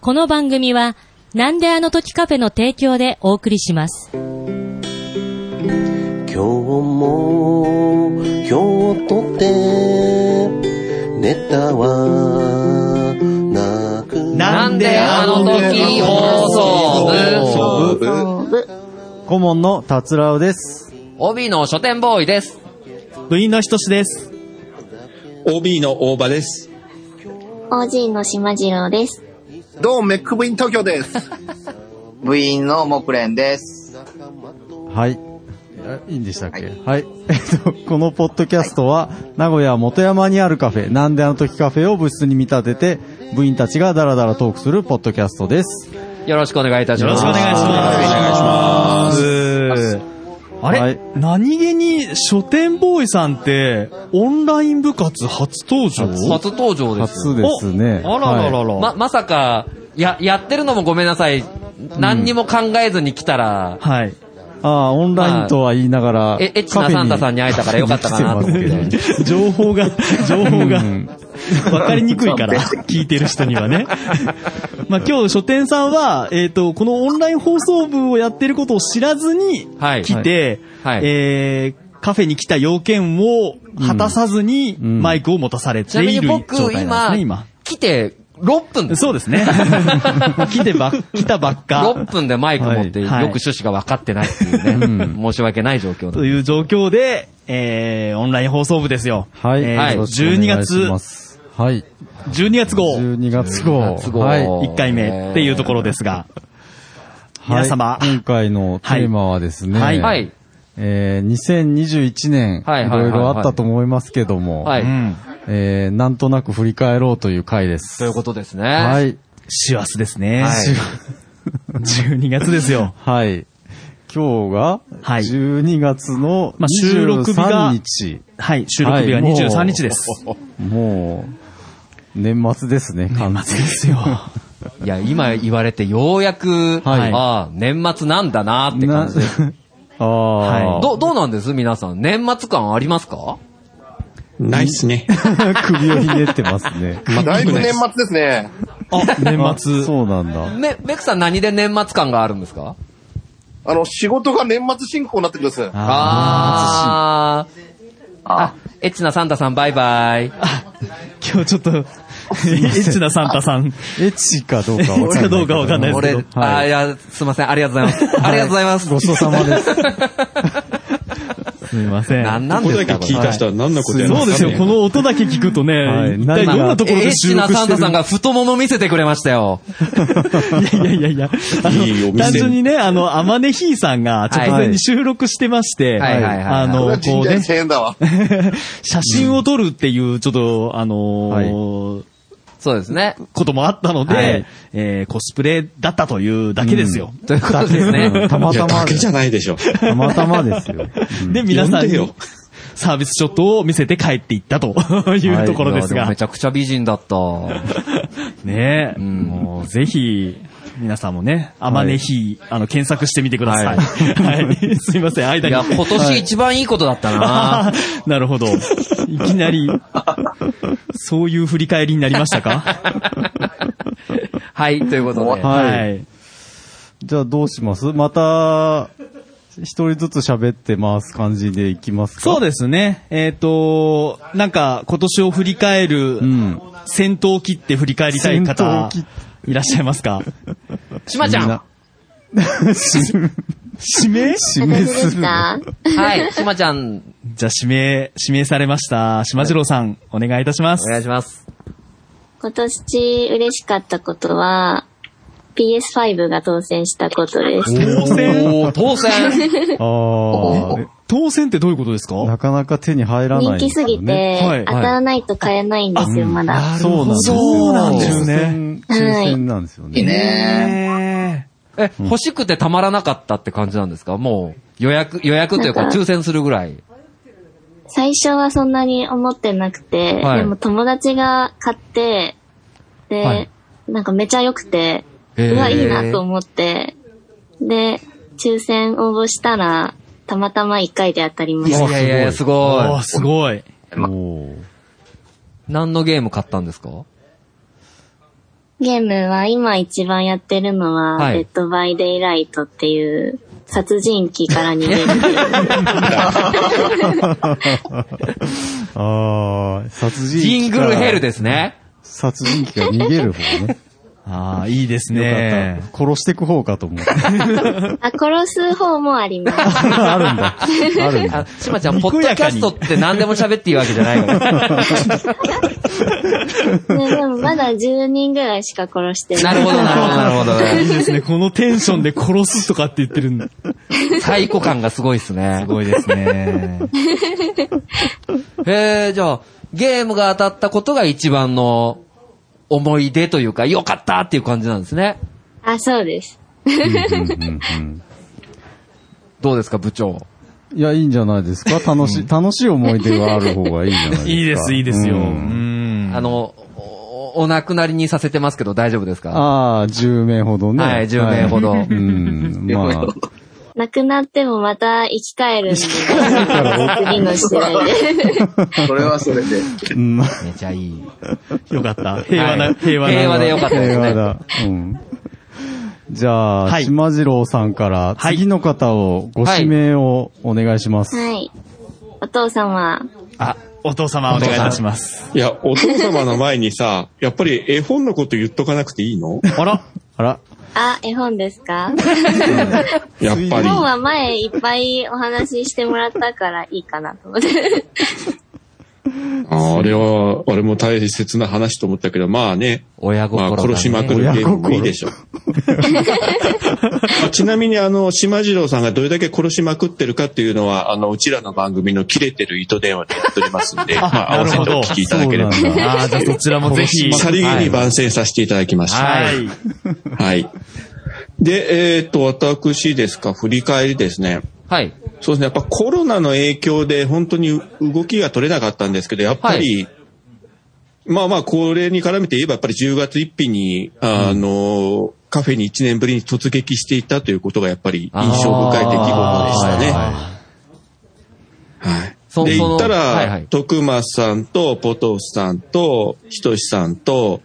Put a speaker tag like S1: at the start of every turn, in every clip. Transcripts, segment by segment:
S1: この番組は、なんであの時カフェの提供でお送りします。
S2: 今日も今日とてネタはなく
S3: なんであの時放送部
S4: 顧問の達郎です。
S3: 帯の書店ボーイです。
S4: 部員のひとしです。
S5: OB の大場です。
S6: OG の島次郎です。
S7: どうも、メック部員東京です。
S8: 部員の木蓮です。
S4: はい。いいんでしたっけはい。 えっと、このポッドキャストは、名古屋元山にあるカフェ、なんであの時カフェを部室に見立てて、部員たちがダラダラトークするポッドキャストです。
S3: よろしくお願いいたします。
S4: よろしくお願いします
S5: お願いし
S9: ます。あれ、
S4: はい
S9: 何気に書店ボーイさんって、オンライン部活初登場
S3: 初登場ですよ。
S4: 初ですね。
S9: あらららら。
S3: ま、まさか、や、やってるのもごめんなさい。何にも考えずに来たら、
S9: はい。
S4: ああ、オンラインとは言いながら、
S3: え、エッチなサンタさんに会えたからよかったかなと思って。
S9: 情 報が、情報が、わかりにくいから、
S8: そう
S9: 聞いてる人にはね。 まあ今日書店さんは、えっ、と、このオンライン放送部をやってることを知らずに、
S3: はい。
S9: 来て、
S3: はい
S9: えー、カフェに来た要件を果たさずに、
S4: ん
S9: マイクを持たされ
S3: ち
S9: て
S3: なみ
S9: い
S3: に
S9: る状
S3: 僕、
S9: 態なんです
S3: 今、
S9: ね、今。
S3: 来て6分です。
S9: そうで すね。来てば、来たばっか
S3: 6。分でマイク持って、よく
S9: はい
S3: 趣旨が分かってないっていうね。申し訳ない状況
S9: と
S3: で。
S9: いう状況で、えー、オンライン放送部ですよ。
S4: はい。
S9: えー
S4: はい
S9: 12月、。
S4: はい。
S9: 12月号、
S4: 12月号。
S3: 12月号
S4: はい。
S9: 1回目っていうところですが、皆
S4: は
S9: 様
S4: い今回のテーマはですね、
S9: はい
S3: はい。
S4: えー2021年、
S3: はい
S4: い
S3: はいはいはい
S4: ろいろあったと思いますけども、
S3: は
S9: う
S3: い。
S9: ん、
S4: えーなんとなく振り返ろうという回です。
S3: ということですね。
S4: は
S3: はい。
S4: い。
S9: 師走ですね。
S3: はい
S9: 師走12月ですよ。
S4: はい。今日が、
S9: はい
S4: 12月の
S9: まあ収録日
S4: 23
S9: が
S4: 日。
S9: はい、収録日が
S4: はいもう
S9: 23日です。
S4: もう、年末ですね、完
S9: 年末ですよ。
S3: いや、今言われてようやく、
S4: はい
S3: ああ、年末なんだなって感じで。
S4: ああ、
S3: ど、どうなんです皆さん。年末感ありますか
S5: ないっすね。
S4: 首をひねってますね。
S7: だいぶ年末ですね。
S9: あ、年
S4: あ
S9: 末。
S4: そうなんだ。
S3: め、めくさん何で年末感があるんですか
S7: あの、仕事が年末進行になってくるんです。
S3: あー。あ、エッチなサンタさんバイバイ。
S9: 今日ちょっ と、エッチなサンタさん。
S4: エッチかどうかわかんないけど。
S9: かどうかわかんないですけ
S3: 俺
S9: ど、
S3: あーいや、すいません。ありがとうございます。ありがとうございます。
S4: ごちそうさまです。
S9: すみません。
S3: 何なん
S5: こ
S3: で
S5: れ
S3: す
S5: だけ
S3: かこれ
S5: 聞いた人は何のことやら
S9: そうですよ、こ
S5: の。
S9: の音だけ聞くとね、
S4: はい
S9: 一体どんなところ
S3: エ
S9: で
S3: ッチ
S9: 収
S3: な
S9: 録
S3: サ
S9: し
S3: ン
S9: て
S3: タ
S9: る
S3: さんが太もも見せてくれましたよ。
S9: いやいやいやいや、あ
S5: いいお
S9: の、
S5: 店
S9: 単純にね、あの、アマネヒーさんが直前に収録してまして、
S3: はいはいはいはい
S9: あの、
S7: 神
S9: こう
S7: 社に
S9: ね、
S7: 1000円だわ。
S9: 写真を撮るっていう、ちょっと、あのー
S3: そうですね。
S9: こともあったので、
S3: はい
S9: えーコスプレだったというだけですよ。
S3: ということです ね。
S4: たま
S5: い
S4: た
S5: や、
S4: ま
S5: だけ。じゃないでしょ。
S4: たまたまですよ。
S9: で、皆さん
S5: 呼んで
S9: に
S5: よ
S9: サービスショットを見せて帰っていったと いうところです
S3: いや
S9: が。
S3: もめちゃくちゃ美人だった。
S9: ねえ、もうぜひ、皆さんもね、アマネヒあの、検索してみてください。はい。 すいません、間
S3: い
S9: に。
S3: や、今年一番いいことだったな。
S9: あー なるほど。いきなり、そういう振り返りになりました か
S3: はい、ということで。
S4: はい
S9: い。
S4: じゃあどうしますまた、一人ずつ喋ってます感じでいきますか
S9: そうですね。えっ、と、なんか、今年を振り返る、
S4: ん
S9: 戦闘機って振り返りたい
S4: 戦闘
S9: 方
S4: 機、
S9: いらっしゃいますか
S3: しまちゃん。は
S9: 指名
S4: 指名
S6: です
S4: る。
S6: か
S3: い、しまちゃん、
S9: じゃあ、指名、指名されました。島次郎さん、お願いいたしま
S3: お願い
S9: す。
S3: します。
S6: 今年嬉しかったことは、PS5 が当選したことです。
S9: 当選
S3: おー、当 選。
S4: あ
S9: 当選ってどういうことですか
S4: あ、なかなか手に入らない
S6: 人
S4: んで
S6: 気
S4: す
S6: す
S4: よ
S6: ぎ
S4: ね。
S6: て、
S9: はい
S6: 当たらないと買えないんですよ、まだ。
S4: そうなんですよ。
S9: そうなんで
S4: 抽
S9: すね
S4: 選。抽選なんですよね。
S9: ね
S3: え、欲しくてたまらなかったって感じなんですかもう、予約、予約というか
S6: なんか
S3: 抽選するぐらい。
S6: 最初はそんなに思ってなくて、
S3: はい
S6: でも友達が買って、で、
S3: はい
S6: なんかめちゃ良くて、
S3: へー
S6: うわ、いいなと思って、で、抽選応募したら、たまたま1回で当たりま
S3: い
S6: し
S3: や
S6: た。
S3: いやいや、す
S9: お
S3: ご
S9: ーすごい。
S4: おー
S3: い。何のゲーム買ったんですか
S6: ゲームは今一番やってるのは、
S3: はい
S6: デッドバイデイライトっていう、殺人鬼から逃げるゲ ーム。
S4: ああ、殺人
S3: ジン
S4: 鬼
S3: グ
S4: から
S3: ルヘルですね。
S4: 殺人鬼から逃げる方ね。
S9: ああ、いいです
S4: よ
S9: ね
S4: かっ。た。殺してく方かと思った。
S6: あ、殺す方もあります。
S4: あるんだ。あるんだ
S3: あ。、しまちゃん、ポ
S9: に
S3: ッド
S9: こ
S3: キ
S9: やか
S3: ャ
S9: に
S3: ストって何でも喋っていいわけじゃ ないから。
S6: ねでもまだ10人ぐらいしか殺してない。
S3: なるほど、なるほど、なるほどなる
S9: いいですね。このテンションで殺すとかって言ってるんだ。す
S3: ほど。太鼓感がすごいですね。
S9: ごいですね。
S3: へえ、じゃあ、ゲームが当たったことが一番の思い出というか、良かったっていう感じなんですね。
S6: あ、そうです。
S3: どうですか、部長。
S4: いや、いいんじゃないですか楽しい、楽しい思い出がある方がいいんじゃないですか。
S9: いいです、いいですよ。う
S4: うん
S9: ん
S3: あの、おお亡くなりにさせてますけど大丈夫ですか
S4: ああ、10名ほどね。
S3: はい10名ほど
S4: はいうん。まあ、
S6: 亡くなってもまた生き返 るんで、次の試合で。
S8: それはそれで。
S4: うんまあ
S3: めちゃいい。
S9: よかった。平和な、平和な。
S3: 平和でよかったです
S4: 平和
S3: ね。
S4: だ。うん。じゃあ、
S9: はい
S4: 島次郎さんから、
S9: はい
S4: 次の方をご指名をお願いします。
S6: はい。お父様、
S9: あ、お父様お願いいたします。
S5: いや、お父様の前にさ、やっぱり絵本のこと言っとかなくていいの
S9: あら、
S4: あら、
S6: あ、絵本ですか
S5: やっぱ
S6: 絵
S5: り。
S6: 本は前いっぱいお話ししてもらったからいいかなと 思って。
S5: ああれは、俺も大切な話と思ったけど、まあね。
S3: 親心
S5: ま
S3: だ、
S5: あ、
S3: ね。
S5: 殺しまくるゲームもいいでしょ。まあちなみに、あの、島次郎さんがどれだけ殺しまくってるかっていうのは、あの、うちらの番組の切れてる糸電話でやっておりますんで、まあ、合わせてお聞きいただければ。
S4: そうなんだ
S9: あーじゃあそちらもぜひ。
S5: さりげに番宣させていただきました。
S9: はい。
S5: はい。で、えっ、と、私ですか、振り返りですね。
S3: はい。
S5: そうですね、やっぱコロナの影響で本当に動きが取れなかったんですけど、やっぱり、まあまあ、これに絡めて言えば、やっぱり10月1日に、あの、カフェに1年ぶりに突撃していたということが、やっぱり印象深い出来事でしたね。
S3: あ
S5: はい。
S3: そ
S5: で、
S3: その
S5: 行ったら、
S3: はい はい
S5: 徳松さんと、ポトフさんと、ひとしさんと、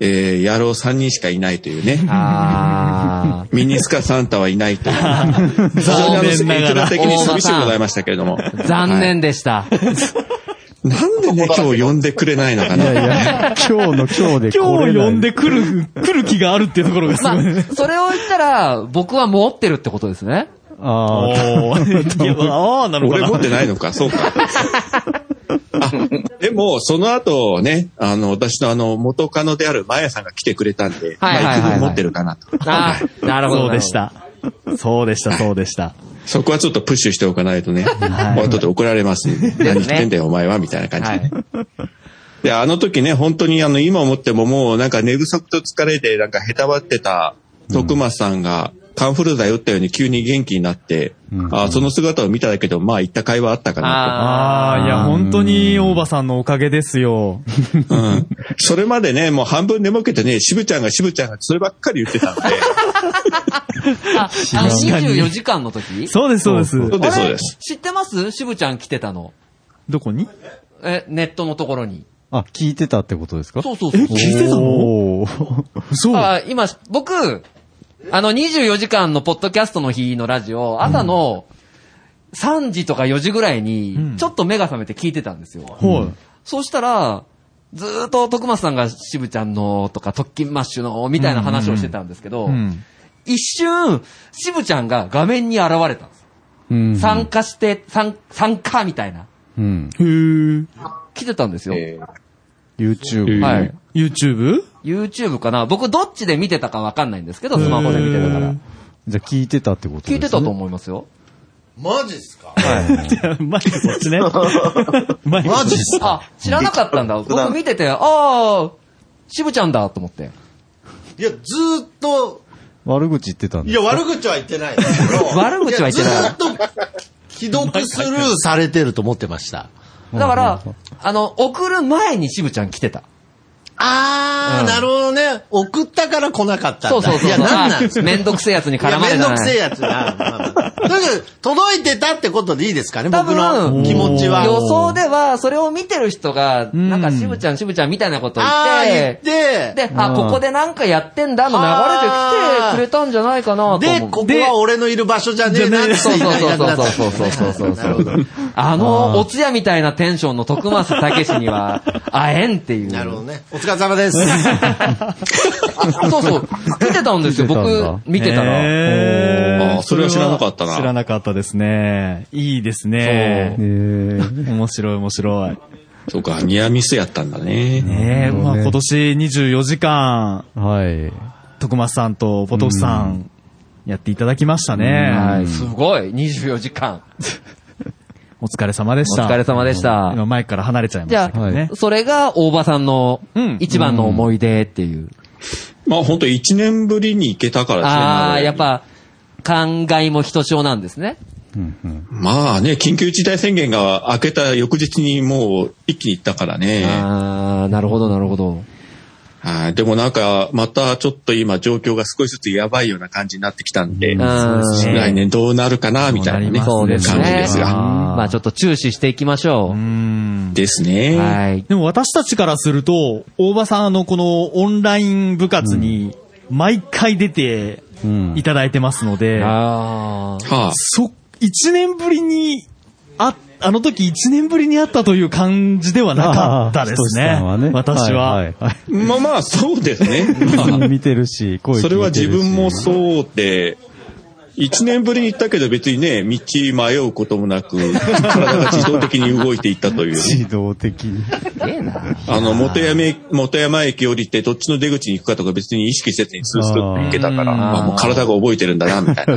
S5: えー、野郎3人しかいないというね。
S3: ーあ
S5: ミニスカサンタはいない という。非常に
S9: 残念なが
S5: あの、
S9: ら
S5: 的に寂しゅうございましたけれども。
S3: ー。 残念でした。
S5: なんでね、今日呼んでくれないのか
S4: いやい
S5: な。
S4: や、今日の今日で
S9: 今
S4: 来れ
S9: 日
S4: ない
S9: 呼んでくる、来る気があるっていうところがすご
S3: ま
S9: い ね。
S3: あ、それを言ったら、僕は持ってるってことですね。
S4: ああ、
S9: おーいやあー、なるほど
S5: 俺
S9: な。
S5: 持ってないのか、そうか。 あでも、その後ね、あの、私のあの、元カノであるマヤさんが来てくれたんで、
S3: はいはいはいはい
S5: まあ、いく分持ってるかなと。
S3: ああ、なるほど。
S9: そうでし。た。そうでした、そうでした。
S5: そこはちょっとプッシュしておかないとね、後で怒られますんで、何言ってんだよ、お前は、みたいな感じ
S3: は
S5: で
S3: い。。
S5: で、あの時ね、本当にあの、今思ってももうなんか寝不足と疲れでなんかへたばってた徳松さんが、カンフル剤打ったように急に元気になって、あその姿を見ただけでも、まあ、行った会話あったかな
S9: ああ、いや、本当に、大場さんのおかげですよ。
S5: と。うん。それまでね、もう半分寝ぼけてね、渋ちゃんが渋ちゃんがそればっかり言ってたんで、
S3: あ、あの24時間の時
S9: そうです、そうです。
S5: そうです、そうです。
S3: 知ってますしぶちゃん来てたの。
S9: どこに
S3: え、ネットのところに。
S4: あ、聞いてたってことですか
S3: そうそうそう。
S9: 聞いてたの
S4: おー
S9: そう。
S3: あ今、僕、あの、24時間のポッドキャストの日のラジオ、朝の3時とか4時ぐらい
S9: うん
S3: に、ちょっと目が覚めて聞いてたんですよ。
S9: ほ
S3: そうしたら、ずーっと徳松さんが渋ちゃんのとか、特勤マッシュの、みたいな話をしてたんですけど、
S9: う。うん。
S3: 一瞬、渋ちゃんが画面に現れたんです。
S4: うん。
S3: 参加して、参参加みたいな。
S4: うん。
S9: へー
S3: 来てたんですよ。
S4: YouTube。
S5: ー
S3: はい。
S9: YouTube?
S3: YouTube かな僕どっちで見てたかわかんないんですけど、スマホで見てたから。
S4: じゃあ聞いてたってことですね
S3: 聞いてたと思いますよ。
S2: マジっすか
S9: マイクそっ ちね。マイク。
S2: マジっすか
S3: あ、知らなかったんだ。僕見てて、ああ、渋ちゃんだと思って。
S2: いや、ずーっと、
S4: 悪口言ってたん
S2: い
S4: だ。
S2: や、悪口は言ってないですけど。
S3: 悪口は言ってな
S2: や
S3: い
S2: ずーっと、既読スルーされてると思ってました。
S3: だか
S4: う
S3: ら
S4: んうん、
S3: あの、送る前に渋ちゃん来てた。
S2: あー、
S3: うん
S2: なるほどね。送ったから来なかったんだ。
S3: そうそうそう。
S2: いや、なんなん
S3: あめんどくせえやつに
S2: いや
S3: 絡まれ
S2: めん
S3: た
S2: ど
S3: な
S2: くせえやつな。まあまあだけど、届いてたってことでいいですかね、
S3: 多
S2: 僕
S3: 分
S2: の気持ちは。
S3: 予想では、それを見てる人が、
S9: ん
S3: なんか、しぶちゃん、しぶちゃんみたいなことを言
S2: ああ、言
S3: っ、
S2: ってて、
S3: で、あ、ここでなんかやってんだの流れてきてくれたんじゃないかなと思う。
S2: で、ここは俺のいる場所じゃねえなって
S3: そう
S2: 言い
S3: そう
S2: ながら
S3: そうそうそうそうそうそう
S2: なるほど。
S3: あの、お通夜みたいなテンションの徳松たけしには、会えんっていう。
S2: なるほどね。お疲れ様です。
S3: そうそう。見てたんですよ、
S4: 見てたんだ
S3: 僕、見てたら。
S9: へー
S5: あーそれは知らなかったな
S9: 知らなかったですね。いいですね。
S4: え
S9: 面白い面白い。
S5: そうか、ニアミスやったんだね。
S9: ねえ、
S4: うん
S9: まあ今年24時間、
S4: はい。
S9: 徳松さんとポトフさん、やっていただきましたね。
S3: はい、すごい、24時間。
S9: お疲れ様でし
S3: お
S9: た。
S3: 疲れ様でした。
S9: 今前から離れちゃいま
S3: じ
S9: した
S3: ゃ
S9: け
S3: あ、
S9: どね。
S3: それが大場さんの
S9: うん
S3: 一番の思い出っていう。
S5: まあ本当1年ぶりに行けたからですね。
S3: あ
S5: 名古屋
S3: あ、
S5: に
S3: やっ。ぱ、感慨もひとしおなんですね。
S5: まあね、緊急事態宣言が明けた翌日にもう一気に行ったからね。
S3: ああ、なるほど、なるほど。
S5: はい。でもなんか、またちょっと今状況が少しずつやばいような感じになってきたんで、
S3: うん
S5: 来年どうなるかな、みたいなね、
S3: そうですね。
S5: 感じですが。
S3: まあちょっと注視していきましょ
S9: うん
S5: です
S3: う。
S5: ね。
S3: はい。
S9: でも私たちからすると、大場さんあのこのオンライン部活に毎回出て
S4: うん
S9: いただいてますので、
S3: ああ。
S5: はあ、
S9: そ、一年ぶりに、あ、あの時一年ぶりに会ったという感じではなかったで
S4: あー
S9: す
S4: ひとし
S9: ね
S4: さん。はね
S9: 私は。
S4: いはい
S5: まあまあ、そうです ね。
S4: はい。見てるし、声聞いてるし
S5: それは自分もそうで、一年ぶりに行ったけど別にね、道迷うこともなく、 体が自動的に動いていったというね、
S4: 自動的に。
S5: あの、元山駅、元山駅降りてどっちの出口に行くかとか別に意識せずにスースーと行けたから、
S9: あー
S5: まあもう体が覚えてるんだな、みたいな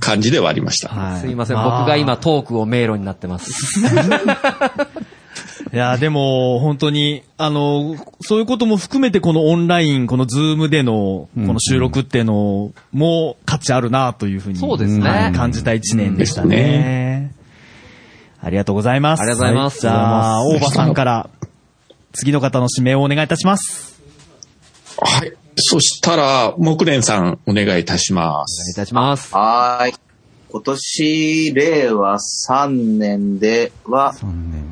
S5: 感じではありま した。
S9: はい
S3: すいません、
S9: あー
S3: 僕が今トークを迷路になってます。
S9: いや、でも、本当に、あの、そういうことも含めて、このオンライン、このズームでの、この収録っていうのも価値あるな、というふうに。
S3: そうですね
S9: はい感じた一年でした
S5: です
S9: ね。ありがとうございます。
S3: ありがとうございます
S9: はじゃあ、
S5: あ
S9: 大
S5: りがとう
S9: 場
S5: ござ
S9: さ
S5: います
S9: んから、次の方の指名をお願いいたします。
S5: はい。そしたら、木蓮さん、お願いいたしま
S3: お願いい
S5: す。
S3: たします。
S8: はーい。今年、令和3年では、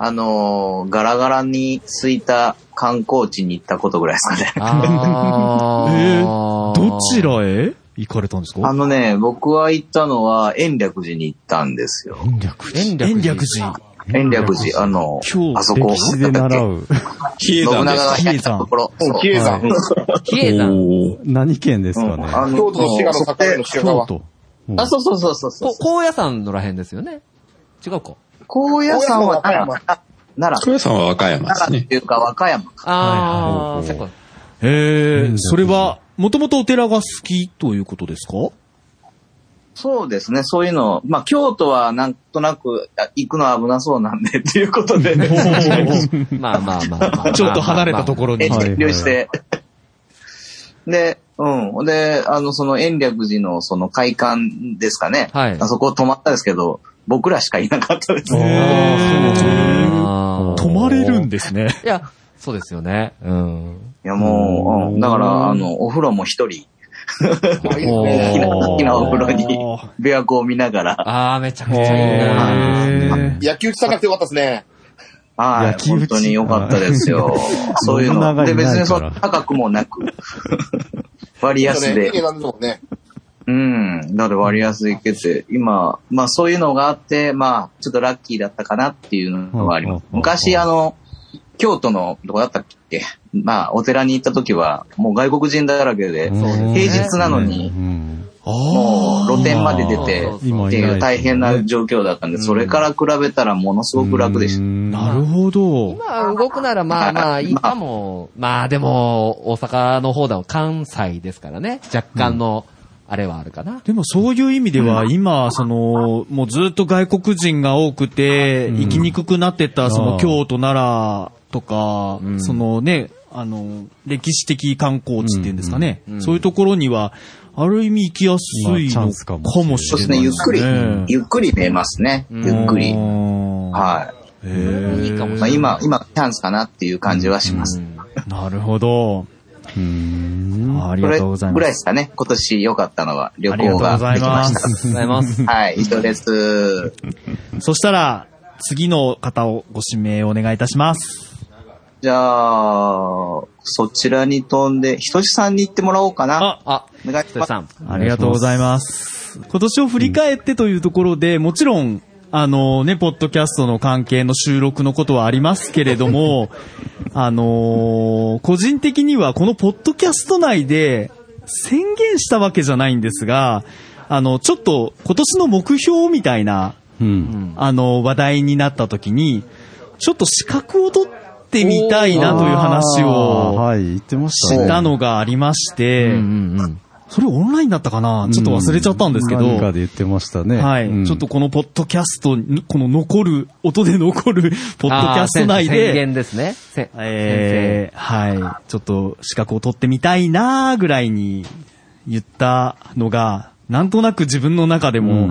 S8: あのーガラガラに空いた観光地に行ったことぐらいですかね。
S3: ああ。
S9: えーどちらへ行かれたんです
S8: あ
S9: か
S8: のね、僕は行ったのは、延暦寺に行ったんですよ。
S3: 延暦
S9: 延暦寺。
S8: 延暦寺、あの
S9: 今、日
S8: あそこ、
S4: 歴史で習う。
S5: 比叡
S8: 信長
S5: 山です
S8: がや
S5: か。
S8: ったところ。そう
S7: 比叡山。
S3: 比叡山。
S5: おー
S4: 何県ですかね。
S8: あの
S7: 京都と滋賀の境目の
S8: そ
S7: 滋賀
S4: 京
S7: は。
S4: 都。
S8: あ、そうそうそうそうそう
S3: こ。高野山のらへんですよね。違うか。
S8: 高野山
S7: 高
S8: は
S7: 野
S8: 奈
S7: 山
S8: 良。あ奈
S5: 福
S8: 良。
S5: 谷さんは和歌山で
S8: 奈
S5: す
S8: 良っ
S5: ね。
S8: ていうか和歌山か。
S3: ああ、そっか。
S9: ええ、それは、もともとお寺が好きということですか
S8: そうですね、そういうの。まあ、京都はなんとなくあ行くの危なそうなんで、 っていうこと で、
S3: まあまあまあまあ。
S9: ちょっと離れたところに。
S8: 遠慮して。で、うん。で、あの、その延暦寺のその会館ですかね。
S3: はい
S8: あそこ泊まったんですけど、僕らしかいなかったです。
S9: へー
S3: あー
S9: 泊まれるんですね。
S3: いや、そうですよね。うん。
S8: いや、もう、うんだから、あの、お風呂も一人、
S3: お
S8: 好きな、
S3: ー
S8: 好きなお風呂に、琵琶湖を見ながら。
S3: ああ、めちゃくちゃいいな。
S7: 焼き打ち探してよかったですね。
S8: は
S4: 焼
S8: い。
S4: き打
S8: 本
S4: ち
S8: 当に良かったです よ。そういう
S4: 信長
S8: の。で、
S4: いない
S8: 別にそ
S4: から
S8: の高くもなく。割安
S7: ね、いい値
S8: で。
S7: 段ですもんね。
S8: うん。なので割安いけて、今、まあそういうのがあって、まあちょっとラッキーだったかなっていうのはあります。
S4: うん
S8: 昔あの、京都のどこだったっけまあお寺に行った時は、もう外国人だらけで、
S4: うん
S8: 平日なのに、
S4: うん
S8: もう露店まで出
S3: そ
S8: て
S3: う、そう
S4: 今
S8: っ
S4: い
S8: て
S4: ない
S8: いう大変な状況だったんで、それから比べたらものすごく楽でした。
S9: なるほど。
S3: 今動くならまあまあいいかも。まあでも、大阪の方だ、関西ですからね。若干の、あれはあるかな。
S9: でもそういう意味では、今、その、もうずっと外国人が多くて、行きにくくなってた、そ
S4: あ
S9: の
S4: ー
S9: 京都、奈良とか
S3: う、ん
S9: そのね、あの、歴史的観光地っていうんですかね
S3: うんう。ん
S9: そういうところには、ある意味行きやすい
S4: まあチャ
S9: の
S4: ンスか
S9: か
S4: もしれない
S9: もし
S8: そうで
S9: れ
S8: す
S9: な
S8: ね、ゆっ
S9: いです
S8: くり
S9: ね。、
S8: ゆっくり見えますね。ゆっくり。
S9: は
S8: はい。
S9: い。へ
S3: いいかも
S8: ま
S3: しれな
S8: あ、
S3: い。
S8: 今、今、チャンスかなっていう感じはします。
S3: うん
S9: ーなるほど。ああり
S8: そ
S9: が
S8: れ
S9: とうござい
S8: ぐ
S9: ま。
S8: らいですすかね。今年良かったのは旅
S9: あり
S8: 行
S9: がとうご
S8: が
S9: ざ
S8: で
S9: い
S8: きま
S9: ま
S8: し
S9: す。
S3: ございます。
S8: た。はい、以上です。
S9: そしたら、次の方をご指名お願いいたします。
S8: じゃあ、そちらに飛んで、ひとしさんに行ってもらおうかな。
S9: あ
S3: あ、
S8: お願い
S3: ひ
S8: し
S3: と
S8: ま
S3: り
S8: す。
S3: さん。
S9: ありがとうございます。今年を振り返ってというところで、もちろん、あのね、ポッドキャストの関係の収録のことはありますけれど も、あのー個人的にはこのポッドキャスト内で宣言したわけじゃないんですが、あの、ちょっと今年の目標みたいな、
S4: うん。
S9: あの、話題になった時に、ちょっと資格を取ってみたいなという話
S4: あー
S9: を
S4: はい、言ってましたね。
S9: したのがありまして、それオンラインだったかなちょっと忘れちゃったんですけど、
S4: 何かで言ってましたね。
S9: はい、
S4: うん
S9: ちょっとこのポッドキャストに、この残る、音で残るポッドキャスト内
S3: あー宣
S9: で、
S3: 言ですね。せ
S9: えー、はい、ちょっと資格を取ってみたいなぐらいに言ったのが、なんとなく自分の中でも、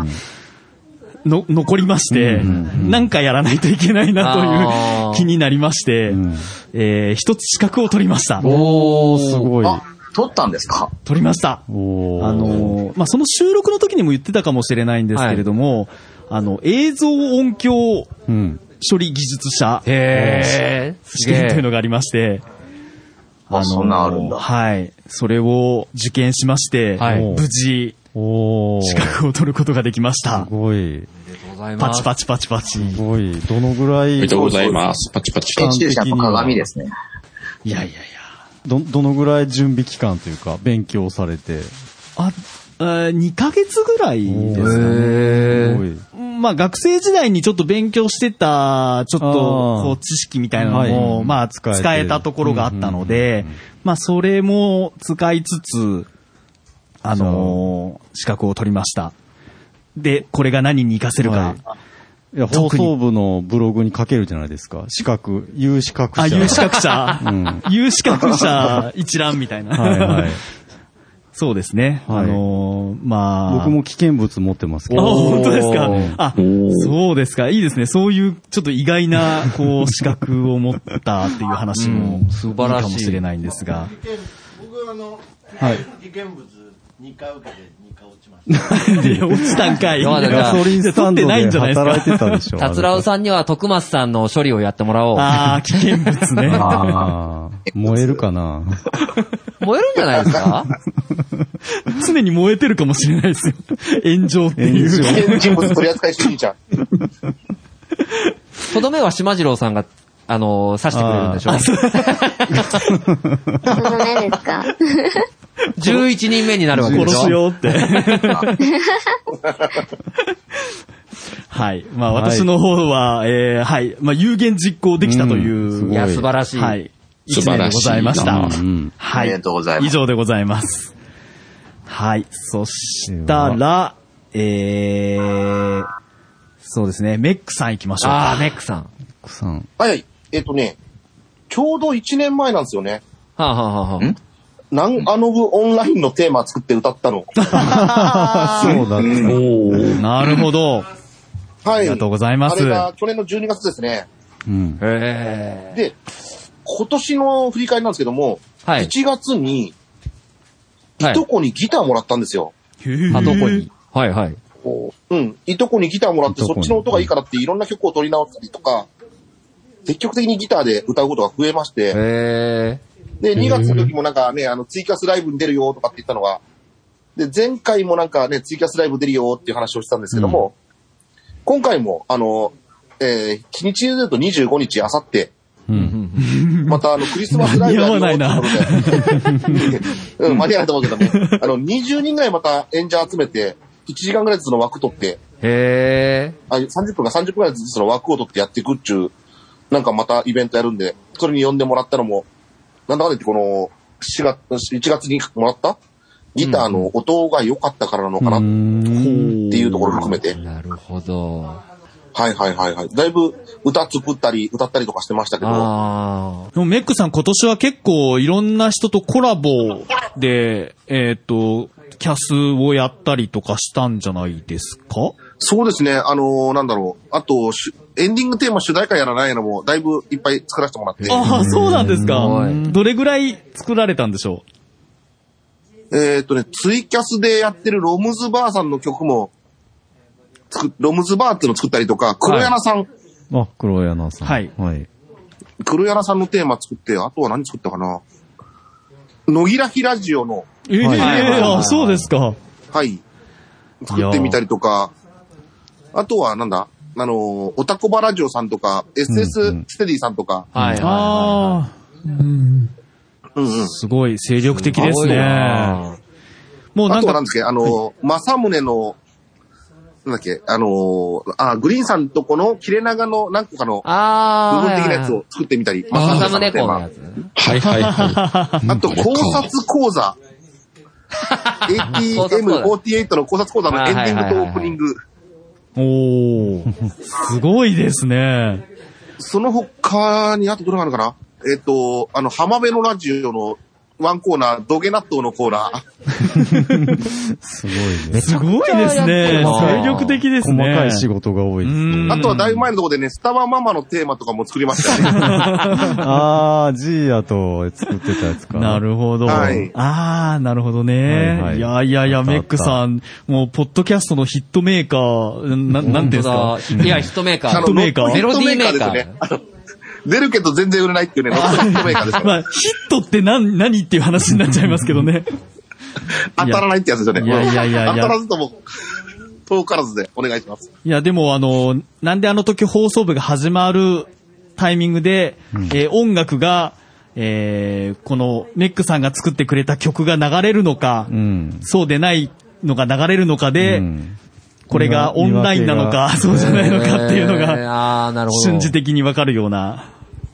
S9: の、残りまして、なんかやらないといけないな
S3: あー
S9: という気になりまして、
S4: ん
S9: えー一つ資格を取りました。
S4: おー、すごい。
S8: あ、取ったんですか
S9: 取りました。
S4: おー。
S9: あのーまあ、その収録の時にも言ってたかもしれないんですけれども、あの、映像音響
S4: うん。
S9: 処理技術者
S3: へー。す
S9: 試
S3: げ
S9: 験という
S3: え。
S9: のがありまして、
S8: あ、そんなんあるんだ。
S9: はい。それを受験しまして、
S3: はい
S9: 無事、
S4: おー。
S9: 資格を取ることができまし
S4: す
S9: た。
S4: ごい。
S9: パチパチパチパチ。
S4: すごい。どのぐら
S5: り
S4: い
S5: が、とうございます。パチパチ。
S8: 編集者の鏡ですね。
S9: いやいやいや。
S4: ど、どのぐらい準備期間というか、勉強されて。
S9: あ、えー2ヶ月ぐらいですかね。
S4: すごい。
S9: まあ学生時代にちょっと勉強してた、ちょっと
S4: あー
S9: こう知識みたいなのも、
S4: はい
S9: まあ
S4: 使えて
S9: 使えたところがあったので、まあそれも使いつつ、あのー資格を取りました。で、これが何に活かせるか。
S4: いや、放
S9: 特に
S4: 送部のブログに書けるじゃないですか。資格、有資格者。
S9: あ、有資格者、
S4: うん
S9: 有資格者一覧みたいな。
S4: はいは い。
S9: そうですね。
S4: はい
S9: あのーまあ。
S4: 僕も危険物持ってますけ
S9: あ、
S4: ど。
S9: 本当ですか
S3: おー。
S9: あ、そうですか。いいですね。そういう、ちょっと意外な、こう、資格を持ったっていう話も、
S3: 素晴らしい
S9: かもしれないんですが。
S10: 僕あの、
S4: はい
S10: 危険物2回受けて2回落ちました。
S9: で、 落ちたんかい。
S3: よかったよかった
S4: ガソリンスタン
S9: 取って
S4: ド
S9: ない
S4: で
S9: んじゃないです
S4: 働い
S9: か。
S4: てたで しょ。
S3: 達郎さんには徳松さんの処理をやってもらおう。
S9: ああ、危険物ね。
S4: あ ー燃えるかな
S3: 燃えるんじゃないですか
S9: 常に燃えてるかもしれないですよ。炎上っていう。
S4: 炎
S7: 危険人物取り扱い主義者。
S3: とどめは島次郎さんが、あのー刺してくれるんでしょ
S6: その何ですか
S3: 11人目になるわけで
S9: 殺
S3: しょ
S9: しようって。 はい。まあ私の方は、えーはい。まあ有言実行できたという。
S4: うんすご
S3: いや、素晴らしい。
S9: はい。一
S5: 素
S9: 年
S5: 晴
S9: で
S5: らしい
S9: ございました。
S4: うん
S9: は
S8: ありがとうございます
S9: 以上でございます。はい。そしたら、えー、そうですね。メックさん行きましょう
S3: あ
S9: か。
S3: ー、メックさん。は
S4: 奥さん。
S7: はいはい。えっとね、ちょうど1年前なんですよね。
S3: あ、はあはあはあ、
S7: なん、あの部オンラインのテーマ作って歌ったの。
S4: そうだった。
S5: おー。
S9: なるほ
S7: は
S9: ど。
S7: い。あ
S9: りがとうございます
S7: あれが去年の12月ですね。
S4: うん。
S3: へ
S7: で、今年の振り返りなんですけども、
S3: ーはい。
S7: 1月に、い
S3: はい。
S7: とこにギターもらったんですよ。
S3: あ、どこにはいはい。
S7: こううん。いとこにギターもらって、
S4: いとこ
S7: そ
S4: に
S7: っちの音がいいからっていろんな曲を取り直したりとか、積極的にギターで歌うことが増えまして、
S3: へ
S7: で、2月の時もなんかね、あの、ツイキャスライブに出るよとかって言ったのが、で、前回もなんかね、ツイキャスライブ出るよっていう話をしてたんですけども、今回も、あの、えー日にちで言うと25日、あさって、
S4: うん。
S7: またあの、クリスマスライブやるよ
S9: 間に合
S7: っ
S9: わ
S7: ていうことで うん、間に合わないと思うけども、あの、20人ぐらいまた演者集めて、1時間ぐらいずつの枠取って、
S3: え。へ
S7: あ30分か30分ぐらいずつの枠を取ってやっていくっちゅう、なんかまたイベントやるんで、それに呼んでもらったのも、なんだかんだ言ってこの、4月、1月にもらったギターの音が良かったからなのかなっていうところ含めて
S3: え。、なるほど。
S7: はいはいはいはい。だいぶ歌作ったり、歌ったりとかしてましたけど、
S3: あ
S9: でもメックさん今年は結構いろんな人とコラボで、えっ、と、キャスをやったりとかしたんじゃないですか
S7: そうですね、あのーなんだろう、あと、しエンディングテーマ主題歌やらないのも、だいぶいっぱい作らせてもらって。
S9: ああ、そうなんですか。どれぐらい作られたんでしょ
S7: えーっとね、ツイキャスでやってるロムズバーさんの曲も、作っロムズバーっていうの作ったりとか、黒柳さん、
S4: あ、黒柳さん。はい。はい。
S7: 黒柳さんのテーマ作って、あとは何作ったかな野木らひラジオの、
S9: うええ
S7: はい
S9: あ、そうですか。
S7: はい、作ってみたりとか、あとはなんだ、あの、オタコバラジオさんとか、SS ステディさんとか、
S9: はい。ああ。すごい、精力的です
S7: すごい
S9: ね
S7: な。
S9: もうな
S7: あ
S9: ん
S7: とは
S9: か
S7: なんですけど、あの、正宗の、なんだっけ、あの、あ、グリーンさんとこの切れ長の何個かの
S3: あー
S7: 部分的なやつを作ってみたり、
S3: あー
S7: 正宗さんテーマ
S3: 正宗公
S5: はいはいはい
S7: あと、考察講座。ATM48 の考察講座のエンディングとオープニング。
S9: おーすごいですね。
S7: その他に、あとどれがあるかなえっ、と、あの、浜辺のラジオのワンコーナー、土下納豆のコーナー。
S4: すごいね。
S9: すごいですね。精力的ですね。
S4: 細かい仕事が多いですね。
S7: あとはだいぶ前のところでね、スタバママのテーマとかも作りましたね。
S4: あー、ジーヤと作ってたやつか。
S9: なるほど。
S7: はい
S9: ああ、なるほどね。
S4: はいい
S9: やいやいや、メックさん、もう、ポッドキャストのヒットメーカー、な、なんていうんですか
S3: 本当だいや、ヒットメーカー。
S9: ヒットメーカー
S3: メロディーメー
S7: ヒッ
S3: カ
S7: ト
S3: ー。
S7: メーカーですね。出るけど全然売れないっていうね、ロットヒットメーカーですから
S9: まあ、ヒットって何、何っていう話になっちゃいますけどね。
S7: 当たらないってやつですよね。
S9: いやいやいやい
S7: 当
S9: や
S7: たらずとも、遠からずでお願いします。
S9: いや、でもあの、なんであの時放送部が始まるタイミングで、えー音楽が、えーこのメックさんが作ってくれた曲が流れるのか、
S4: うん。
S9: そうでないのが流れるのかで、
S4: うん
S9: これがオンラインなのか、
S4: 見分けが
S9: そうじゃないのかっていうの
S3: えー
S9: が、
S3: あーなるほど。
S9: 瞬時的にわかるような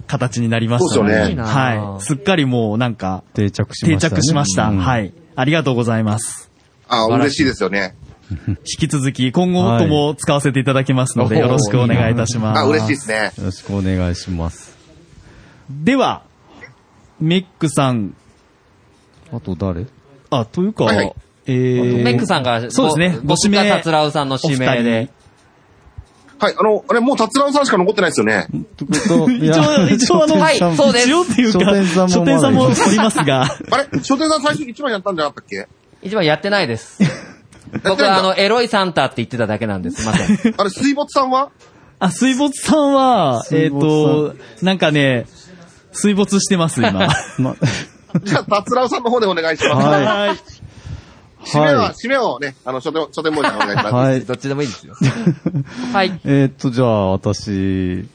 S9: 形になりました
S7: そうですよね
S9: はい。すっかりもうなんか、
S4: 定着しま
S9: 定
S4: したね。
S9: 着しました。
S4: うん
S9: はい。ありがとうございます。
S7: あー、嬉しいですよね。
S9: 引き続き、今後とも使わせていただきますので、
S3: はい
S9: よろしくお願いいたします。
S7: あ、嬉しいですね。
S4: よろしくお願いします。
S9: では、メックさん、
S4: あと 誰
S9: あ、というか、
S7: はいはい
S9: えー、
S3: メックさんが、
S9: そうですね、ご
S3: 僕
S9: 指名。
S3: が達郎さんの指名で。
S7: はい、あの、あれもう達郎さんしか残ってないですよね。
S9: 一応、 一応あの、
S3: はいそうです
S9: 一応っていうか、
S4: 書店さんもまだ
S9: 書店さんもおりますが、
S7: あれ書店さん最初一番やったんじゃなかったっけ
S3: 一番やってないです。僕はあの、エロいサンタって言ってただけなんです。すいません。
S7: あれ、水没さん は
S9: あ、水没さんは、えっ、
S4: 水
S9: と
S4: 没、
S9: なんかね、水没してま す、今。
S4: ま、
S7: じゃあ、達郎さんの方でお願いします。
S4: はい。
S9: はい。
S7: 締めは、
S4: はい
S7: 締めをね、あの、書店、書店ボーイさんお願いします。
S4: はい。
S3: どっちでもいいですよ。はい。
S4: えーっと、じゃあ、私、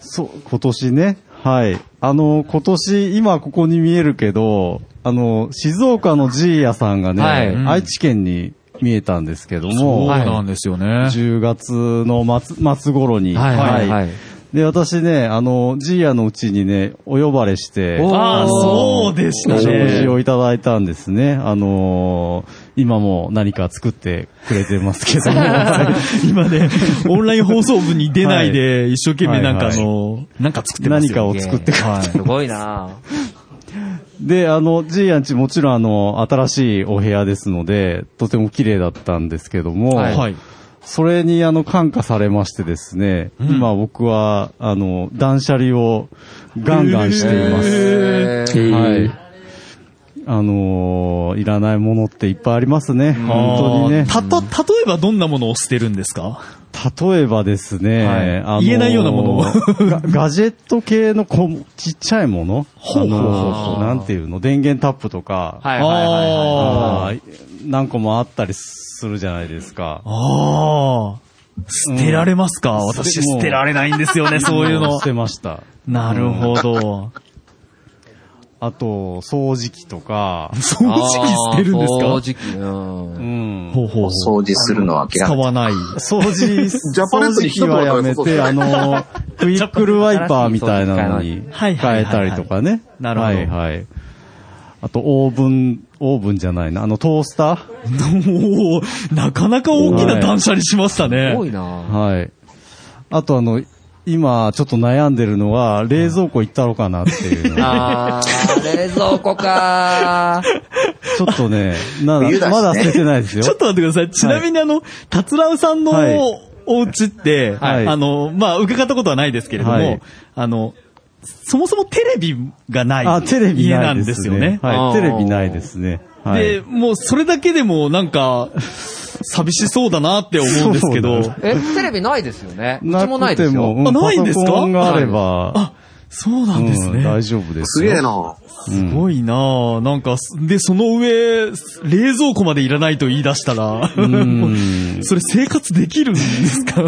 S4: そう、今年ね、はい。あの、今年、今ここに見えるけど、あの、静岡のジーヤさんがね、
S3: はい
S9: うん
S4: 愛知県に見えたんですけども、
S9: んですよね
S4: 10月の末、末頃に、
S3: はいはいはい
S4: で、私ね、あの、ジーヤのうちにね、お呼ばれして、
S3: おー
S9: ああ、
S4: の
S9: そうでした
S4: お食事
S9: ね。
S4: をいただいたんですね。あのー今も何か作ってくれてますけど も、
S9: 今ね、オンライン放送部に出ないで、一生懸命なんかあ
S4: はい
S9: の、なんか作ってます
S4: 何か
S9: よ。
S4: を作ってくれて
S9: はい
S3: すごいなぁ
S4: で、あの、ジーヤンちもちろんあの、新しいお部屋ですので、とても綺麗だったんですけども、
S9: はい。
S4: それにあの、感化されましてですね、
S9: うん
S4: 今僕は、あの、断捨離をガンガンしています。
S3: えー
S4: はい。あのーいらないものっていっぱいありますね。本当にね。
S9: たと、例えばどんなものを捨てるんですか
S4: 例えばですね、
S9: はい
S4: あのー
S9: 言えないようなものを
S4: ガガジェット系のこちっちゃいもの
S9: ほう
S4: あのー
S9: ほう
S4: なんていうの電源タップとか、
S3: はいはいはいはい。
S9: あ
S4: あー何個もあったりするじゃないですか。
S9: ああ。捨てられますか、私
S4: も
S9: 捨
S4: う
S9: てられないんですよね、そういうの
S4: し。てました。
S9: なるほど。
S4: あと、掃除機とか、
S9: 掃除機捨てるんですか
S3: 掃除機。う。
S4: うんん。
S9: ほうほう。
S8: 掃除するのは
S9: 使
S8: 諦め
S9: わない。
S4: 掃除、
S7: ジャパネット
S4: 掃
S7: に
S4: 除
S7: 来
S4: 機
S7: たこと
S4: は
S7: あ
S4: や
S7: る
S4: め
S7: そうそう
S4: て、あの、クイックルワイパーみたいなのに
S9: はい
S4: 変え
S9: はいはい
S4: たりとかね。
S9: なるほど
S4: はいはい。あと、オーブン、オーブンじゃないな。あの、トースター
S9: おーなかなか大きな断捨離しましたね。
S3: すごいなぁ
S4: はい。あとあの、今ちょっと悩んでるのは、冷蔵庫行ったろうかなっていうの
S3: あー、冷蔵庫か ー。
S4: ちょっとね、ま
S8: 冬だ
S4: だ、
S8: しね
S4: まだ捨ててないですよ
S9: ちょ。っと待ってください。ちなみにあの、達郎さんの
S4: はい
S9: お家って、
S4: はい
S9: あの、まあ、伺ったことはないですけれども、
S4: はい
S9: あの、そもそもテレビがない
S4: あ、テレビ
S9: 家な
S4: ない
S9: ん
S4: で
S9: です
S4: す
S9: よ
S4: ね。
S9: ね。
S4: はい、テレビないですね。はい。
S9: で、もうそれだけでもなんか、寂しそうだなって思うんですけど。
S4: そう
S3: え、テレビないですよね。うちもな
S4: く
S3: いで
S4: て
S3: すよ
S4: も、。う
S9: あないんですか
S4: パソコンがあれば、
S9: そうなんですね。
S4: うん大丈夫です
S9: す
S4: よ。
S9: げえな
S4: うん
S9: すごいなぁ。なんか、すで、その上、冷蔵庫までいらないと言い出したら、
S4: ん
S9: それ生活できるんですか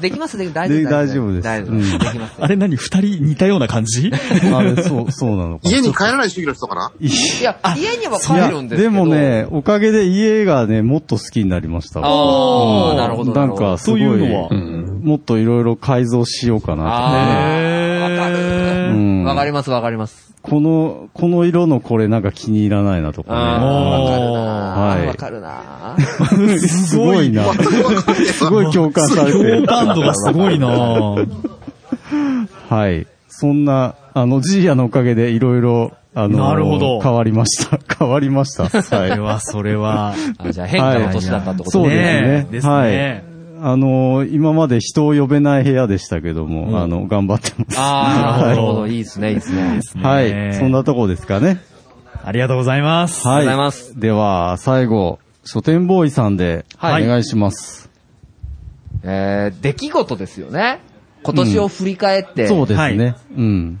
S3: できますできます大
S4: で
S3: 丈夫
S4: 大丈夫です。
S3: 大丈夫
S4: う
S3: で
S4: ん
S3: きます。
S9: あれ何二人似たような感じ
S4: あれ、そう、そうなのか。
S7: 家に帰らない主義の人かない
S3: や、家には帰るんですけ
S4: いやで
S3: ど。
S4: もね、おかげで家がね、もっと好きになりました。
S3: あー
S4: うん
S3: なるほど
S4: なんか、すごい、
S9: というのは
S4: うんもっといろいろ改造しようかなとかね。
S3: あ
S4: うん
S3: あ、わかりますわかります。
S4: この、この色のこれなんか気に入らないなとかね。
S3: あ
S4: は
S3: ー
S4: い
S3: わかるな
S4: うんすごいな。 すごい共感されて
S9: 共
S4: る。
S9: 感度がすごいなぁ。
S4: はい。そんな、あの、ジーヤのおかげでいろいろ、あの、
S9: なるほど
S4: 変わりました。 変わりました。
S9: そ
S4: はい
S9: れ。は、それは。
S3: あじゃあ変化の年だったってこと
S4: そ
S3: ね。
S4: うですね。
S9: ですね
S4: はい。あのー今まで人を呼べない部屋でしたけども、あの、頑張ってます。
S3: ああ、なるほ
S9: は
S3: ど。いいですね、いいですね。
S4: はい。そんなとこですかね。
S9: ありがとうございます。
S4: はい。
S3: ありがとうございます
S4: では、最後、書店ボーイさんで、お
S3: はい
S4: 願いします。
S3: えー、出来事ですよね。今年を振り返って、
S4: そうですね。
S9: は
S4: うん。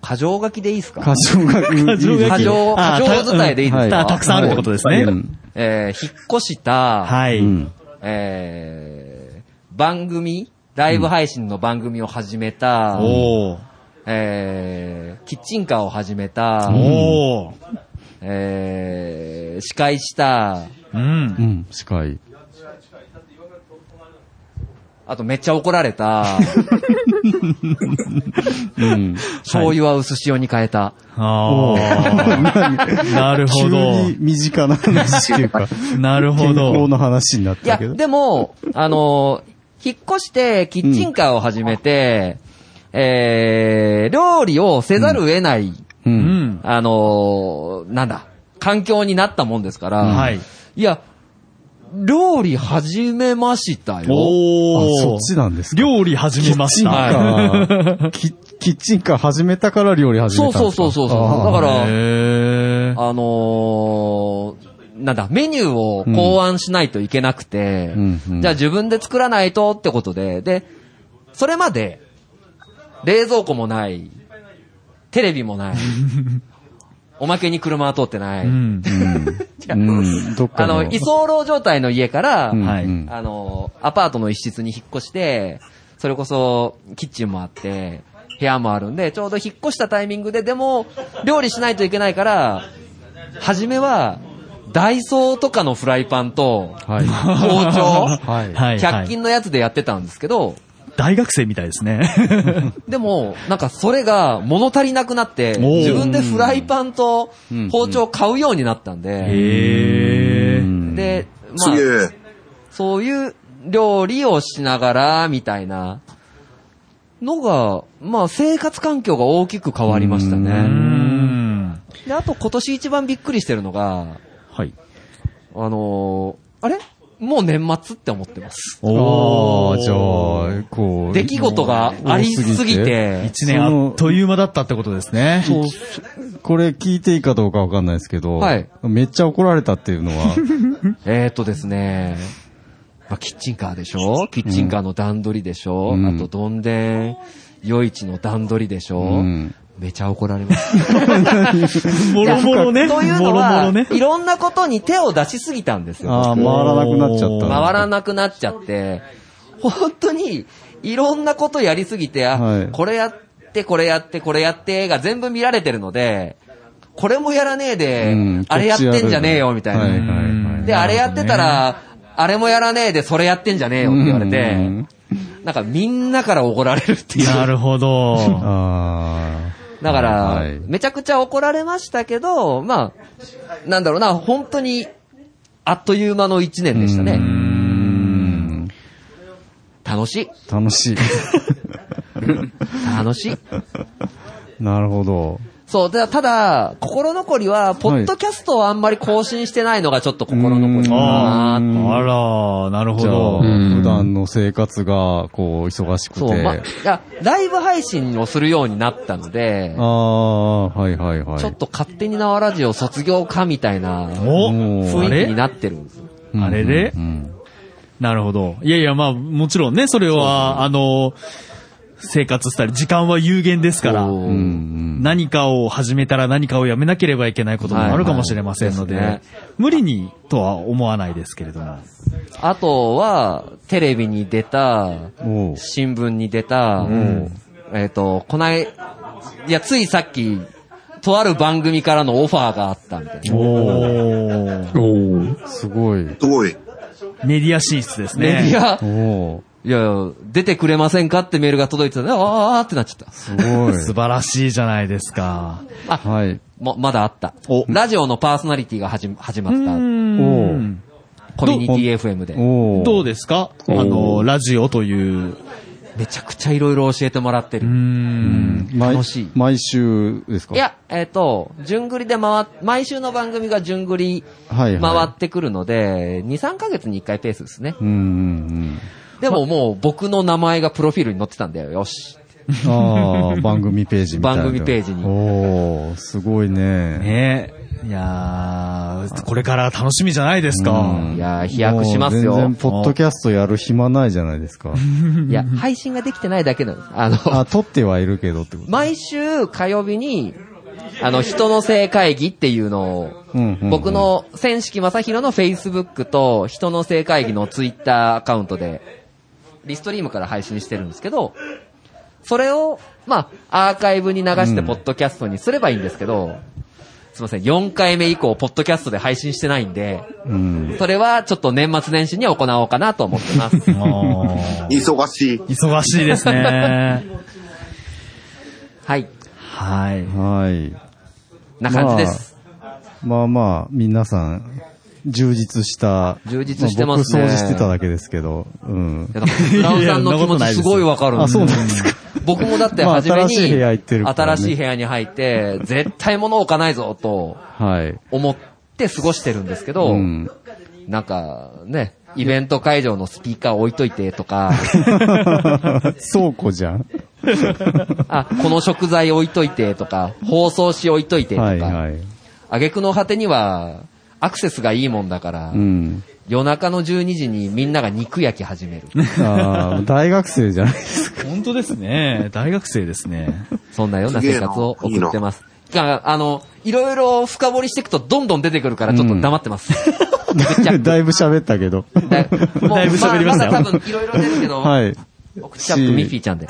S3: 過剰書きでいいですか
S4: 箇所が、過
S9: 剰書き
S3: 過剰、過剰伝いでいいです
S9: は
S3: か
S9: いたくさんあるってことですね
S4: うん。
S3: えー、引っ越した、
S9: はい。
S4: うん
S3: えー、番組、ライブ配信の番組を始めた、
S9: おー。
S3: えー、キッチンカーを始めた、
S9: おー。
S3: えー、司会した、
S9: うん
S4: う。ん。司会。
S3: あとめっちゃ怒られた、
S4: うん。
S3: 醤油は薄塩に変えた。
S9: あー。 なる
S4: 急
S9: ほど。
S4: に身近な話っていうか、
S9: なるほ
S4: 健康
S9: ど。
S4: の話になっ
S3: いや、
S4: たけど。
S3: でも、あのー引っ越して、キッチンカーを始めて、えー、料理をせざるを得ない、
S4: う。
S9: うんん。
S3: あのーなんだ、環境になったもんですから、
S9: はい。
S3: いや、料理始めましたよ。
S4: あ、
S9: おー。
S4: そっちなんですか。
S9: 料理始めました。
S4: なんかキキッチンカー始めたから料理始
S3: そ
S4: め
S3: う
S4: たん
S3: そ
S4: で
S3: う
S4: すか
S3: そうそうそう。だから、
S9: へー。
S3: あのーなんだ、メニューを考案しないといけなくて、
S4: うんうん
S3: じゃあ自分で作らないとってことで、で、それまで、冷蔵庫もない、テレビも ない、おまけに車は通ってない、
S9: うん。
S4: あーうん、どっか
S3: あ
S4: の。
S3: の、居候状態の家から、
S4: うん
S9: はい
S4: うん
S3: あの、アパートの一室に引っ越して、それこそ、キッチンもあって、部屋もあるんで、ちょうど引っ越したタイミングで、でも、料理しないといけないから、初めは、ダイソーとかのフライパンと、
S4: はい。
S3: 包丁、
S4: はい。
S9: はい。
S3: 100均のやつでやってたんですけど、
S9: 大学生みたいですね。
S3: でも、なんかそれが物足りなくなって、
S9: おー
S3: 自分でフライパンと
S4: うん
S3: 包丁を買うようになったんで、
S9: へー。
S3: で、
S7: す
S3: まあ、
S7: げえ。
S3: そういう料理をしながら、みたいなのが、まあ生活環境が大きく変わりました
S9: うー
S3: ね。
S9: ん。
S3: で、あと今年一番びっくりしてるのが、
S4: はい。
S3: あのーあれもう年末って思ってます。
S4: あ
S9: お
S4: あ、じゃあ、こう。
S3: 出来事がありすぎて、
S9: 一年あっという間だったってことですね。
S4: そう。これ聞いていいかどうかわかんないですけど、
S3: はい
S4: めっちゃ怒られたっていうの は、
S3: えーとですね、まあ、キッチンカーでしょキッチンカーの段取りでしょ、
S4: うん
S3: あと、どんでん、夜市の段取りでしょ、
S4: うん
S3: めちゃ怒られます。
S9: もろもろね。
S3: というの
S9: もろもろ
S3: は、
S9: ね。
S3: いろんなことに手を出しすぎたんですよ。
S4: ああ、回らなくなっちゃった。
S3: 回らなくなっちゃって、本当に、いろんなことやりすぎて、あ、
S4: はい
S3: これやって、これやって、これやって、が全部見られてるので、これもやらねえで、
S4: うん
S3: あれやってんじゃねえよ、みたいな。
S4: はいはいはい。
S3: で、あれやってたら、あれもやらねえで、それやってんじゃねえよって言われて、なんかみんなから怒られるっていう。
S9: なるほど。
S4: ああ。
S3: だから
S4: はい、
S3: めちゃくちゃ怒られましたけど、まあ、なんだろうな、本当に、あっという間の一年でした
S4: う
S3: ね。
S4: ん
S3: 楽しい。
S4: 楽しい。
S3: 楽しい。
S4: なるほど。
S3: そう、でただ、心残りは、ポッドキャストをあんまり更新してないのがちょっと心残りかなーって
S9: あら、なるほ
S4: じゃあ、
S9: ど。
S4: 普段の生活が、こう、忙しくて。
S3: そう、ま、い
S4: あ
S3: や、ライブ配信をするようになったので、
S4: あー、はいはいはい。
S3: ちょっと勝手に縄ラジオ卒業かみたいな
S9: おあ
S3: 雰囲気に
S9: れ
S3: なってるんですよ。
S9: あれれなるほど。いやいや、まあ、もちろんね、それは、あの、生活スタイル、時間は有限ですから、何かを始めたら何かをやめなければいけないこともあるかもしれませんので、
S3: はいはいで
S9: 無理にとは思わないですけれども。
S3: あとは、テレビに出た、新聞に出た、えっ、と、こない、いや、ついさっき、とある番組からのオファーがあったみたいな。
S4: おー。すごい。
S7: すごい。
S9: メディア進出ですね。
S3: メディア、
S4: お
S3: いや、出てくれませんかってメールが届いてたんで、あーあーってなっちゃった。
S4: すごい。
S9: 素晴らしいじゃないですか。
S4: はい。
S3: ま、まだあった。ラジオのパーソナリティが始ま始まっ
S9: う
S3: た。
S9: ん
S3: コミュニティ FM で。
S4: おー
S9: どうですかあの、ラジオという。
S3: めちゃくちゃいろいろ教えてもらってる。
S9: うん。
S4: 毎
S3: 楽しい
S4: 毎週ですか
S3: い、や、えっ、と、順繰りで回っ、毎週の番組が順繰り
S4: はい、はい。
S3: 回ってくるので、2、3ヶ月に1回ペースですね。
S4: うんうん
S3: でももう僕の名前がプロフィールに載ってたんだよ。よし。
S4: うん。ああ、番組ページみたいな。
S3: 番組ページに
S4: おー、すごいね。
S9: ねえ。いやーこれから楽しみじゃないですか
S4: う。ん
S3: いやー飛躍しますよ
S4: もう全然、ポッドキャストやる暇ないじゃないですか。
S3: いや、配信ができてないだけなんです。あの、
S4: あ、撮ってはいるけどってこと。
S3: 毎週火曜日に、あの、人の性会議っていうのを、
S4: うんうんうん
S3: 僕、の千式正宏の Facebook と人の性会議の Twitter アカウントで、リストリームから配信してるんですけど、それを、まあ、アーカイブに流して
S4: うん
S3: ポッドキャストにすればいいんですけど、すいません、4回目以降、ポッドキャストで配信してないんで、
S4: うん。
S3: それはちょっと年末年始に行おうかなと思って ます。
S9: あー
S7: 忙しい。
S9: 忙しいですね。
S3: はい。
S9: はい。
S4: はい。
S3: な感じです。
S4: まあまあ、皆さん、充実した。
S3: 充実してますね
S4: あ僕掃除してただけですけど。うん。
S3: いやだから村尾さんの気持ちすごいわかるん
S4: あ、そうなんですか。
S3: 僕もだって
S4: まあ
S3: 初めに、
S4: 新しい部屋行ってるからね
S3: 新しい部屋に入って、絶対物置かないぞと
S4: はい。
S3: 思って過ごしてるんですけど、
S4: うん
S3: なんかね、イベント会場のスピーカー置いといてとか、
S4: 倉庫じゃん。
S3: あ、この食材置いといてとか、包装紙置いといてと
S4: はいは
S3: か、
S4: い。
S3: 挙句の果てには、アクセスがいいもんだから
S4: う、ん。
S3: 夜中の12時にみんなが肉焼き始める。
S4: ああ、大学生じゃないですか。
S9: 本当ですね。大学生ですね。
S3: そんなような
S7: すげ
S3: 生
S7: えな
S3: 活を送ってます。があの、いろいろ深掘りしていくとどんどん出てくるからちょっと黙って ます。めっちゃ
S4: だいぶ喋ったけど。
S3: だもう
S9: だいぶ喋りましたよ
S3: まだ多分いろいろ出るけど、
S4: はい。
S3: 奥チャップミッフィーちゃん で。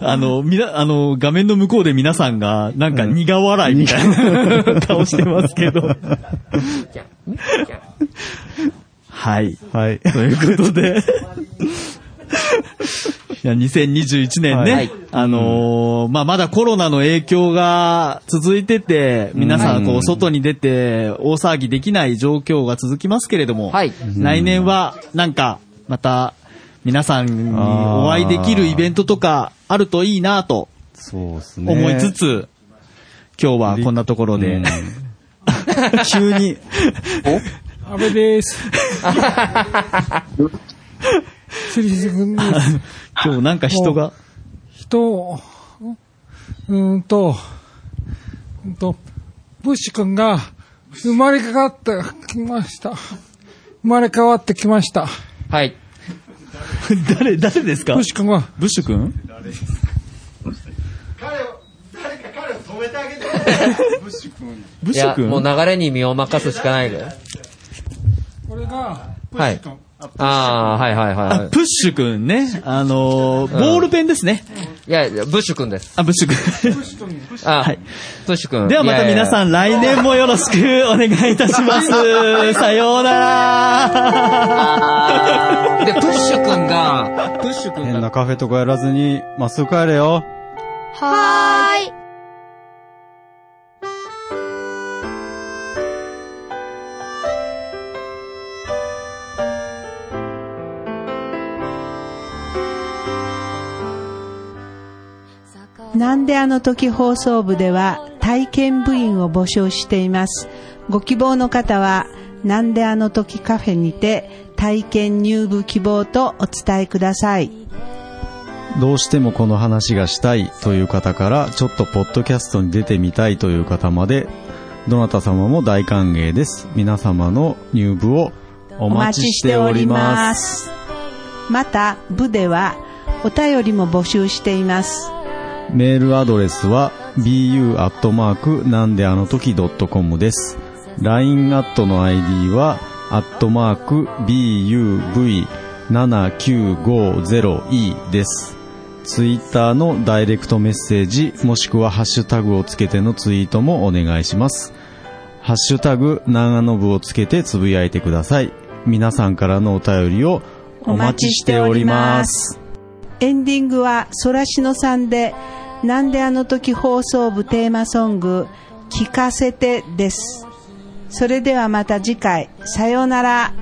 S9: あの、みな、あの、画面の向こうで皆さんが、なんか苦笑いみたい な顔してますけど。はい。
S4: はい。
S9: ということで。いや、2021年ね。
S3: はい
S9: あのーまあ、まだコロナの影響が続いてて、皆さん、こう、外に出て、大騒ぎできない状況が続きますけれども、
S3: はい
S9: 来年は、なんか、また、皆さんにお会いできるイベントとか、あるといいなと
S4: そうですね。
S9: 思いつつ、今日はこんなところで、
S4: うん 急に。
S11: 安倍 です。セリス君です。
S9: 今日なんか人が、
S11: 人、うーんと、うーんと、ブッシュ君が生まれ変わってきました。生まれ変わってきました。
S3: はい。
S9: 誰、誰ですか
S11: ブッシュ君は、
S9: ブッシュ君
S10: 彼を、誰か彼を止めてあ げて。ブッシュ君。
S9: ブッ
S3: い
S9: シュ
S3: や、
S9: 君
S3: もう流れに身を任すしかないで。
S11: これが、ブッ
S3: は
S11: シュ
S3: い
S11: 君。。
S3: ああ、はいはいはい
S9: あ
S3: は
S9: プッシュくんね。あのー、ボールペンですね。
S3: い。いやいや、ブッシュ君です。
S9: あ、プッシュく
S3: あ
S9: はい
S3: ブッシュ君。
S9: ん。ではまた皆さ
S3: ん。
S9: ん、来年もよろしくお願いいたします。 さようなら。
S3: で、プッシュ君が、プッシュ君
S4: 変
S3: が、
S4: なカフェとかやらずに、まっすぐ帰れよ。
S12: 坂 なんであの時放送部では体験部員を募集しています。ご希望の方は、なんであの時カフェにて体験入部希望とお伝えください。
S4: どうしてもこの話がしたいという方から、ちょっとポッドキャストに出てみたいという方まで、どなた様も大歓迎です。皆様の入部をお待ちしております。
S12: す。また、部ではお便りも募集しています。
S4: メールアドレスは bu アットマークなんであの時 .com です。LINE アットの ID はアットマーク buv7950e です。ツイッターのダイレクトメッセージもしくはハッシュタグをつけてのツイートもお願いします。ハッシュタグ長野部をつけてつぶやいてください。皆さんからのお便りをお待ちしております。
S12: エンディングはソラシノさんで、なんであの時放送部テーマソング、聞かせてです。それではまた次回、さようなら。